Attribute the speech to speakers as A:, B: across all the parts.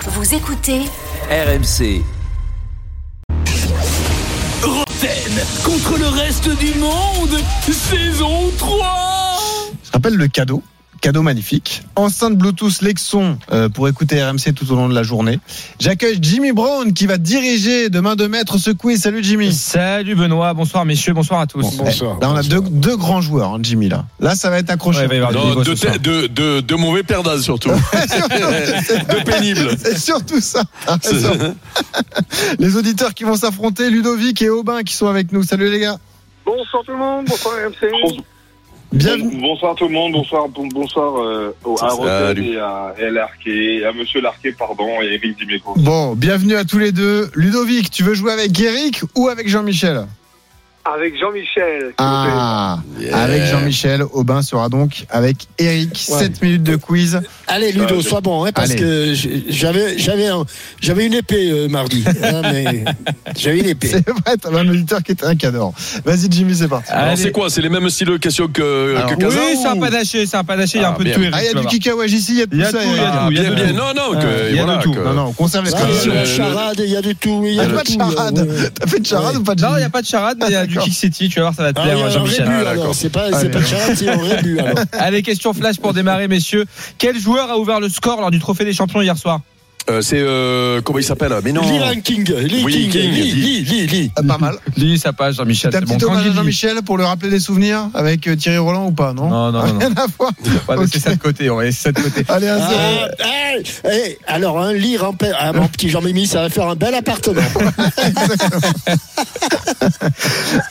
A: Vous écoutez
B: RMC. Roten contre le reste du monde, saison 3
C: Je rappelle le cadeau. Cadeau magnifique. Enceinte Bluetooth Lexon euh, pour écouter RMC tout au long de la journée. J'accueille Jimmy Brown qui va diriger de main de maître ce quiz. Salut Jimmy.
D: Salut Benoît, bonsoir messieurs, bonsoir à tous.
C: Bon, eh, Là, on a deux, deux grands joueurs, hein, Jimmy. Là. là, ça va être accroché.
D: Ouais, il va y avoir du
E: Non,
D: niveau ce
E: de,
D: soir.
E: te- de, de- de mauvais perdants surtout. de pénibles.
C: C'est surtout ça. T'as raison. les auditeurs qui vont s'affronter, Ludovic et Aubin qui sont avec nous. Salut les gars.
F: Bonsoir tout le monde, bonsoir RMC.
C: Bienvenue.
F: Bonsoir tout le monde, Eh, bonsoir, bon- bonsoir euh, au- à Rotten
E: Salut.
F: et à El Arquet, à Monsieur Larquet, pardon, et Eric Dimeco.
C: Bon, bienvenue à tous les deux. Ludovic, tu veux jouer avec Eric ou avec Jean-Michel
G: Avec Jean-Michel.
C: Ah,
E: Yeah.
C: avec Jean-Michel. Aubin sera donc avec Eric. 7 minutes de quiz.
H: Allez Ludo,
F: Ouais, je-
H: sois bon, hein, parce
C: Allez.
H: que j- j'avais j'avais un- j'avais une épée euh, mardi, hein, mais j'avais une épée.
C: C'est vrai, t'avais un auditeur qui était un cador. Vas-y, Jimmy, c'est parti.
E: Alors
D: Allez.
E: c'est quoi C'est les mêmes styles de question que,
C: Alors,
E: que Kazan
D: Oui, ça
E: ou-
D: va pas lâcher, ça va pas lâcher, il y a un
E: Ah,
D: peu de
E: bien.
D: tout Eric,
C: Ah, il y a
D: tu vas
C: du
D: voir.
C: kickawage ici, il y a de
D: Il y a
C: tout ça.
D: tout, il y a
C: Ah,
D: tout, il y a
E: Bien,
D: tout.
E: bien. Non, non, que,
D: Ah, il y a
E: voilà,
D: de tout.
E: que-
C: Non, non, on conserve les
H: Ah,
C: traditions.
H: il y
E: le-
H: a
E: le-
H: de charade, il y a du tout.
C: Il
H: Il
C: y a pas de
H: tout, hein, ouais,
C: Ah,
H: ouais.
C: charade. T'as fait de charade
H: Ouais.
C: ou pas de
D: Non, il n'y a
C: charade
D: pas de charade, mais il y a du
C: D'accord.
D: kick city, tu vas voir, ça va te
H: Ah, il y a
D: plaire
H: un
D: Jean-Michel.
H: rébut,
E: Ah, d'accord.
H: alors. C'est pas,
C: Allez.
H: c'est pas de charade, c'est un rébut alors.
D: Allez, question flash pour démarrer messieurs. Quel joueur a ouvert le score lors du trophée des champions hier soir
E: Euh, c'est euh, comment il s'appelle Mais non.
H: Lee Ranking, Lee
E: Oui,
H: King,
E: King,
H: Lee,
E: Lee.
H: Lee, Lee, Lee.
C: Ah, Pas mal.
D: Lis ça passe Jean-Michel,
C: T'as un
D: c'est bon.
C: petit hommage
D: Tanguy
C: à
D: Lee.
C: Jean-Michel pour le rappeler des souvenirs avec euh, Thierry Roland ou pas, non
D: Non, non, non, non.
C: Rien à voir.
D: On va laisser
C: Ok.
D: ça de côté, on va laisser ça de côté.
C: Allez, à zéro.
H: Ah, hey, hey, alors, un lit rampé. Ah, mon petit Jean-Mimi, ça va faire un bel appartement.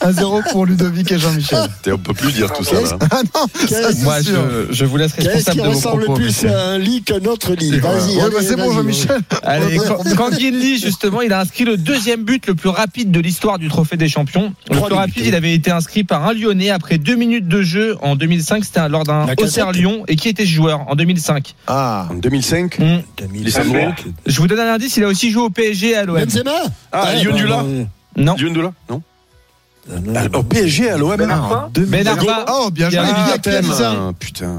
C: 1-0 pour Ludovic et Jean-Michel.
E: T'es- On peut plus dire tout ça. là.
C: Ah non, ça
H: Qu'est-ce-
D: Moi,
C: c'est sûr.
D: je, je vous laisse
H: Qu'est-ce qui
D: responsable de vos
H: ressemble le
D: propos.
H: plus
D: messieurs.
H: à un lit qu'un autre lit Ah, Vas-y.
C: Ouais,
H: allez,
C: bah, c'est bon,
H: vas-y,
C: Jean-Michel.
D: Allez, Kangin Lee, justement, il a inscrit le deuxième but le plus rapide de l'histoire du Trophée des Champions. Le
H: Trois
D: plus
H: buts.
D: rapide, il avait été inscrit par un Lyonnais après deux minutes de jeu en 2005. C'était lors d'un
H: La casette.
D: Auxerre-Lyon. Et qui était ce joueur en 2005
C: Ah,
E: En 2005
D: Hmm.
H: Mm.
E: Lisandro
D: Je vous donne un indice, il a aussi joué au PSG et à l'OM.
H: Benzema
E: Ah,
H: Ouais,
E: Yundula
H: bah, ouais.
D: Non.
E: Yundula Non
D: Euh,
H: Ah, non.
E: Ah, Au PSG, à l'OM
C: ah, deux
D: Ben
C: minutes.
D: Arfa.
C: Oh, bien joué.
D: Ah,
C: Ludovic, qui a dit ça
E: Ah, Putain.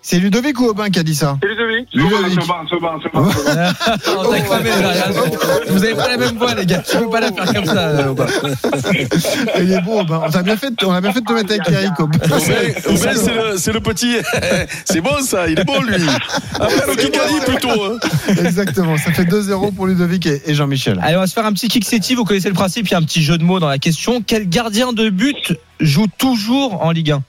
C: C'est Ludovic ou Aubin qui a dit ça
F: Salut Dominique.
C: Ludovic.
F: Ludovic. Soban, Soban, Soban, Soban.
H: oh,
D: Non, t'as cramé, là, là, vous avez pas la même voix, les gars. Tu peux pas la faire comme ça. là, Aubin.
C: Il est bon, Aubin. On a bien fait de- on a bien fait de te mettre avec Eric. Aubin.
E: Romain, Romain, c'est le, c'est le petit. c'est bon ça, il est bon lui. Appelle au Kikadi plutôt. hein.
C: Exactement, ça fait 2-0 pour Ludovic et, et Jean-Michel.
D: Allez, on va se faire un petit kick city. Vous connaissez le principe, il y a un petit jeu de mots dans la question. Quel gardien de but joue toujours en Ligue 1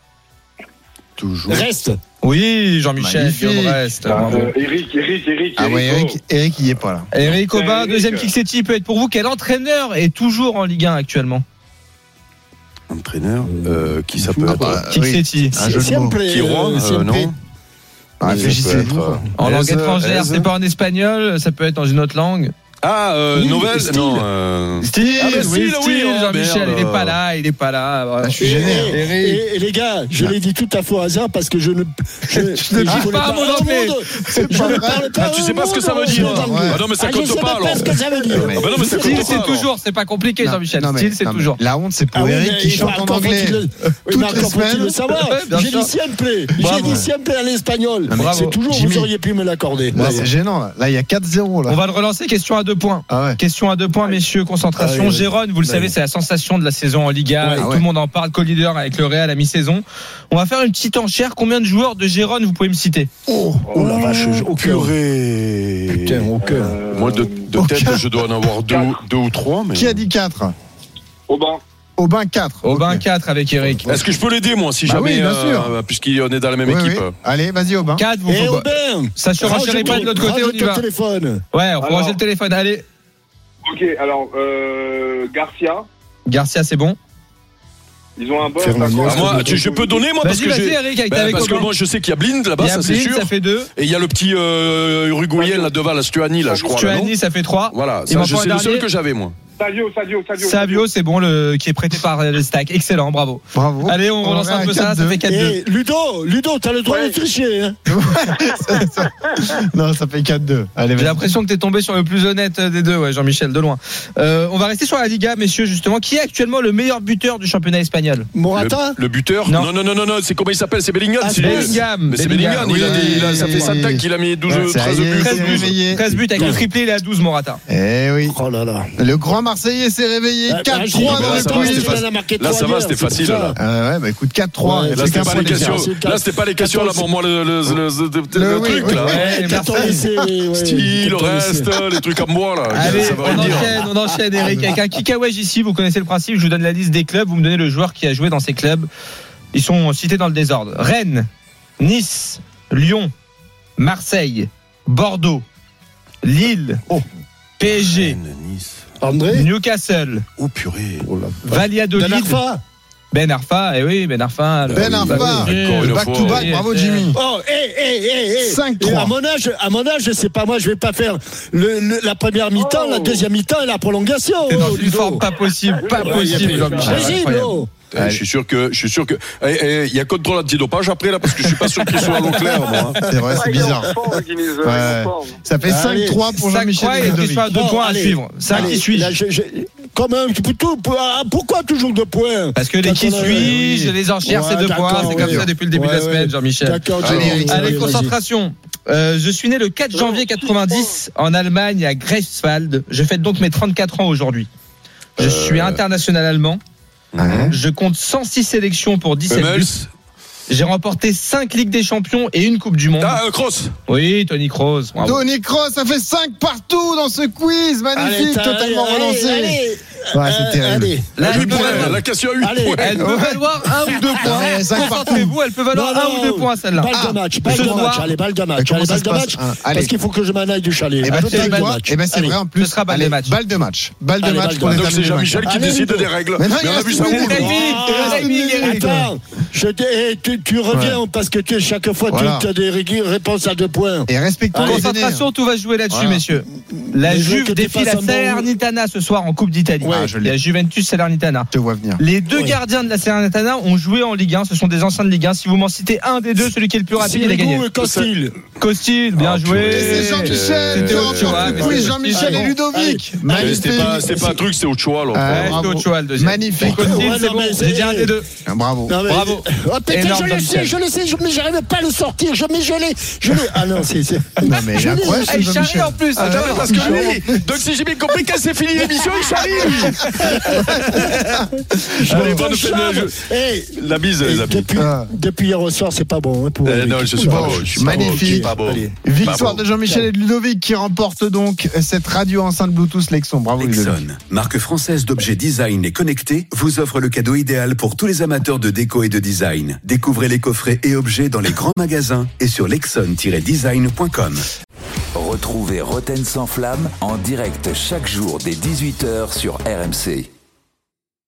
E: Toujours.
H: Reste.
D: Oui, Jean-Michel,
C: Magnifique.
D: Guillaume Rest. bravo.
F: Euh, Eric, Eric, Eric.
C: Ah ouais,
F: oh.
C: Eric, Eric il y est pas là.
D: Eric Aubin,
F: Eric.
D: deuxième kick city peut être pour vous. Quel entraîneur est toujours en Ligue 1 actuellement
E: Entraîneur, euh, qui ça peut
C: Ah
E: être
C: bah,
D: Kick
C: oui.
D: city.
C: Un jeu de mots.
H: Siempre,
E: Quiron,
H: euh,
E: euh,
H: siempre.
E: non
C: Ah,
E: Ça
C: réfléchissez.
E: peut être, euh,
D: En langue
E: Eze,
D: étrangère,
E: Eze.
D: c'est pas en espagnol, ça peut être dans une autre langue.
E: Ah, euh,
H: Oui,
E: Novel
H: Steele.
E: Non. euh,
D: Style,
E: Ah, mais Steele, oui,
D: Steele,
E: oh,
D: Jean-Michel,
E: merde.
D: il est pas là, il est pas là.
C: Ah, je suis
H: Et,
C: gêné.
H: et- et- et les gars, je l'ai dit tout à faux hasard parce que je ne. Je,
C: Tu ne
H: je
C: dis
H: connais
D: pas un mot
H: un
D: d'anglais.
H: mot de-
C: C'est
H: Je
C: pas
H: ne
C: vrai.
H: parle pas.
E: Ah, tu sais
H: un
E: pas ce
H: mot
E: que ça veut
H: d'anglais.
E: dire.
C: Ouais.
E: Ah non, mais ça
H: Ah, je
E: compte
H: sais
E: pas
H: même
E: alors.
H: pas ce que ça veut dire.
C: mais-
E: Ah bah non, mais ça
H: Steele,
E: compte
D: Style,
E: pas.
D: c'est
E: alors.
D: toujours, c'est pas compliqué,
C: Non,
D: Jean-Michel.
C: non, mais-
D: Style, c'est
C: non, mais
D: toujours.
C: La honte, c'est pour
H: Ah oui,
C: Eric
H: mais
C: qui
H: il faut-
C: chante en
H: encore
C: anglais.
H: faut-il le- Oui,
C: toutes
H: mais
C: les
H: encore faut-il
C: semaines.
H: le savoir.
D: Ouais, bien
H: J'ai
D: sûr.
H: dit siempre.
D: Bravo.
H: J'ai dit siempre à l'espagnol.
C: Non, mais-
H: C'est toujours,
C: Jimmy.
H: vous auriez pu me l'accorder.
C: Là,
H: Ouais.
C: c'est gênant. Là, Là, il y a 4-0.
D: On
C: Là.
D: va le relancer, question à deux points.
C: Ah ouais.
D: Question à deux points, messieurs, concentration.
H: Ah oui, oui.
D: Gérone, vous le savez, c'est la sensation de la saison en Liga.
H: Ouais,
D: et
C: ah
D: tout
C: ouais.
D: le monde en parle, co-leader avec le Real à mi-saison. On va faire une petite enchère. Combien de joueurs de Gérone vous pouvez me citer
H: Oh, oh la vache,
D: euh,
H: je- au cœur.
E: Purée.
H: Putain, au cœur.
F: Euh,
E: Moi, de, de
C: Aucun.
E: tête, je dois en avoir deux,
D: Bah,
E: ou- deux ou trois. Mais...
C: Qui a dit 4
F: Aubin.
C: Aubin 4.
D: Aubin 4 avec Eric.
E: Est-ce que je peux l'aider, moi, si
C: Bah
E: jamais.
C: oui, bien
E: euh,
C: sûr.
E: bah, Puisqu'on est dans la même équipe.
H: euh.
E: Ah,
C: Allez, vas-y, Aubin.
D: 4, vous
H: Et
D: vous-
H: Aubin
D: Ça se renchérit
H: rajoute-
D: pas de l'autre côté, on
H: rajoute
D: y
H: le
D: va.
H: téléphone.
D: Ouais, on peut
F: Alors.
D: ranger le téléphone. Allez,
F: Ok, alors, euh, Garcia,
D: Garcia, c'est bon.
F: ils ont un bon.
H: Fernandez.
F: attaquant.
E: Ah, moi, tu- je peux donner, moi, parce
D: Vas-y,
E: que
D: vas-y,
E: j'ai.
D: Eric, avec,
E: Bah,
D: t'es avec
E: parce que
D: Aubin.
E: moi, je sais qu'il y a Blind
D: Il
E: là-bas,
D: y a
E: ça c'est
D: Blind,
E: sûr.
D: ça fait 2.
E: Et il y a le petit euh, uruguayen là devant, la Stuani, là, je crois. là, non
D: Stuani, ça fait 3.
E: Voilà,
D: Il m'en
E: ça, je
D: faut un
E: sais le
D: dernier.
E: seul que j'avais, moi.
F: Savio, Savio, Savio.
D: Savio, c'est bon, le, qui est prêté par euh, le stack. Excellent, bravo.
C: Bravo.
D: Allez, on
C: On
D: relance
C: aurait
D: un peu
C: un
D: ça, ça fait 4-2.
H: Eh, Ludo, Ludo, t'as le droit
F: Ouais.
H: de tricher. Hein.
C: Ça- ça- non, ça fait 4-2. Allez,
D: J'ai
C: vas-y.
D: l'impression que t'es tombé sur le plus honnête euh, des deux, ouais, Jean-Michel, de loin. Euh, on va rester sur la Liga, messieurs, justement. Qui est actuellement le meilleur buteur du championnat espagnol
H: Morata
E: Le, le buteur
D: Non.
E: Non, non, non, non, non, c'est comment il s'appelle C'est Bellingham.
H: Ah,
E: c'est-
H: c'est
D: Bellingham.
E: Mais c'est Bellingham, il a
C: oui,
E: des- il a- ça
C: oui,
E: fait
C: oui.
E: 5 tacs qu'il a mis 12,
C: Ouais, ça
E: 13
C: y est,
E: buts.
C: c'est
D: 13 buts,
C: réveillé.
D: 13 buts avec le triplé, il est à 12, Morata.
C: Eh oui.
H: Oh là là.
C: Le grand Marseillais s'est réveillé.
H: Ah, bah,
C: 4-3
E: bah,
C: dans
E: là,
C: le
E: ça va,
C: quiz.
E: c'était facile. Là, ça va, c'était facile, là.
C: Ah ouais, bah écoute, 4-3. Il
H: Ouais,
C: y a
E: Là,
C: plus
E: c'était
C: qu'un
E: pas
C: point
E: les
H: d'écart,
E: questions.
H: c'est le cas.
E: Là, c'était pas les questions, là, pour moi, le, le, le- le-
C: Le
E: le
C: oui,
E: truc,
C: oui.
E: là.
H: Eh,
D: Ouais, merci.
E: Style, reste, euh, les trucs à moi, là.
D: Allez,
E: ça va
D: on
E: rien dire.
D: enchaîne, on enchaîne, Eric. Avec un kick-away ici, vous connaissez le principe. Je vous donne la liste des clubs, vous me donnez le joueur qui a joué dans ces clubs. Ils sont cités dans le désordre. Rennes, Nice, Lyon, Marseille, Bordeaux, Lille,
H: Oh.
D: PSG,
H: André
D: Newcastle,
E: Oh Eh, purée.
H: Ben
D: Valladolid,
H: Arfa.
D: Ben Arfa, et oui, Ben Arfa. le-
C: Ben Arfa.
D: oui,
E: encore
C: Le
E: une fois.
C: back-to-back, bravo Jimmy.
H: Oh, hé, hé, hé, hé.
C: 5-3.
H: eh. Et À mon âge, à mon âge, c'est pas moi, je vais pas faire le- le- la première mi-temps,
F: Oh.
H: la deuxième mi-temps et la prolongation.
D: T'es dans
H: oh,
D: une
H: Ludo.
D: forme pas possible, pas
H: Ouais, il y a
D: possible,
H: plus-
D: Jean-Michel.
H: Vas-y,
D: Incroyable.
H: Ludo.
E: Eh, Je suis sûr que, je suis sûr que, eh, eh, il y a contrôle antidopage après là, parce que je suis pas sûr qu'il soit à l'eau claire, moi. hein.
C: C'est vrai, Ah, c'est bizarre.
F: euh,
C: Ouais. Ça fait
H: Allez,
C: 5-3 pour
D: Cinq
C: Jean-Michel
D: croix et qu'il
C: Dedovic.
D: soit à deux
H: Bon,
D: points à
H: allez.
D: suivre. Ça
H: Allez,
D: qui suit.
H: là, je- je- Comme un petit poutou, pour- ah, pourquoi toujours deux points
D: Parce que les
H: Quand
D: qui
H: on a-
D: suis-je,
H: oui.
D: les enchères, c'est
H: Ouais,
D: deux points.
H: d'accord,
D: C'est comme
H: oui.
D: ça depuis le début de la
H: Ouais, ouais.
D: semaine, Jean-Michel.
H: D'accord,
E: Allez,
H: Jimmy,
E: Eric,
H: vas-y,
D: Allez,
H: vas-y.
D: concentration. Euh, je suis né le 4 janvier 90 en Allemagne à Greifswald. Je fête donc mes 34 ans aujourd'hui. Je
H: Euh.
D: suis international allemand. Je compte 106 sélections pour 17 buts.
E: Hummels.
D: J'ai remporté 5 Ligues des Champions et une Coupe du Monde.
E: Ah, euh, Kroos.
D: Oui, Tony Kroos. bravo.
C: Tony Cross, ça fait 5 partout dans ce quiz.
H: Allez,
C: Magnifique,
H: t'as-
C: totalement
H: allez,
C: relancé.
H: allez,
C: Ouais, Ah, c'est
H: euh,
C: terrible.
H: allez.
D: Là,
E: Huit
D: elle peut
E: points,
D: valoir-
E: Eh, la question à 8
H: Allez.
E: points. Bah,
D: elle peut valoir un ou deux
C: Ouais,
D: points.
C: cinq
D: Concentrez-vous, elle peut valoir
H: Non,
D: un
H: non.
D: ou deux points celle-là. Ah.
H: Balle de match, balle
D: ce
H: de match,
D: soir-
H: allez, balle de
C: Euh,
H: match,
C: comment
H: allez,
C: ça
H: balle
C: se
H: de
C: passe
H: match,
C: Hein, Allez.
H: parce qu'il faut que je m'en aille du chalet.
C: Eh ben,
H: Allez,
C: tu sais
H: balle de
C: quoi
H: match.
C: Eh ben, c'est
H: Allez.
C: vrai en plus.
D: Ce sera balle
C: Allez,
D: de match.
C: Balle de match. Balle de
H: Allez,
C: match
H: balle de
C: pour les
H: match.
E: Donc c'est Jean-Michel qui
H: Allez,
E: décide
H: Ludo.
E: des règles.
C: Mais non,
E: Mais
C: il
E: on a
C: reste
E: vu ça
C: une minute.
E: où
D: David,
H: Ah,
D: David, Eric.
H: Attends, je te- eh, tu, tu reviens parce que tu, chaque fois
C: Voilà.
H: tu as des ré- réponses à deux points.
C: Et respectons
H: Allez.
C: les aînés.
D: Concentration, tout va se jouer là-dessus,
C: hein. Voilà.
D: messieurs. La
H: Les jeux
D: Juve
H: que t'es
D: défie
H: pas
D: la
H: un bon-
D: Salernitana ce soir en Coupe d'Italie.
C: Ouais, je l'ai.
D: la Juventus Salernitana.
C: Je te vois venir.
D: Les deux
H: Ouais.
D: gardiens de la Salernitana ont joué en Ligue 1. Ce sont des anciens de Ligue 1. Si vous m'en citez un des deux, celui qui est le plus rapide, il a gagné.
H: Sirigu et Costil.
D: Costil, bien
E: Ah,
D: joué.
E: purée.
C: Et c'est Jean-Michel.
E: C'était
C: T'es
E: Ochoa,
C: encore
E: mais
C: plus
D: c'était-
C: Jean-Michel
H: Allez.
C: et Ludovic.
H: Allez.
E: Mais C'était pas,
C: Magnifique.
E: c'était pas un truc, c'est au choix,
C: Ah,
E: là.
D: Ouais, c'était
C: bravo.
D: Ochoa, le deuxième.
C: Magnifique.
D: Costil,
H: Ouais,
D: c'est
H: non,
D: bon.
H: mais
D: J'ai dit un des deux.
C: Ah, Bravo.
H: Non, mais-
D: Bravo.
H: Oh, putain,
D: Énorme
H: je le
D: Michel.
H: sais, je le sais, je- mais j'arrive pas à le sortir. Je mais je l'ai, je l'ai. Ah non, c'est. c'est-
C: Non, mais il est
H: Je l'ai,
C: incroyable,
H: je-
C: ce
D: Eh, il
C: Jean-Michel.
D: charrie en plus.
E: Attends, mais parce que lui, donc si j'ai bien compris, quand c'est fini l'émission, il s'arrive. Allez, bonne
H: Charles,
E: fête. de-
H: eh,
E: La bise, les
H: et
E: amis.
H: depuis,
C: Ah.
H: depuis hier au soir, c'est pas bon. hein, pour
E: Euh,
H: Eric.
E: non, je suis pas
H: Oula.
E: beau, je suis pas beau, je suis pas beau.
H: Allez.
C: Victoire
E: Bravo.
C: de Jean-Michel et de Ludovic qui remporte donc cette radio enceinte Bluetooth Lexon. Bravo Ludovic.
A: Lexon, marque française d'objets design et connectés, vous offre le cadeau idéal pour tous les amateurs de déco et de design. Découvrez les coffrets et objets dans les grands magasins et sur lexon-design.com.
B: Retrouvez Roten sans flamme en direct chaque jour dès 18h sur RMC.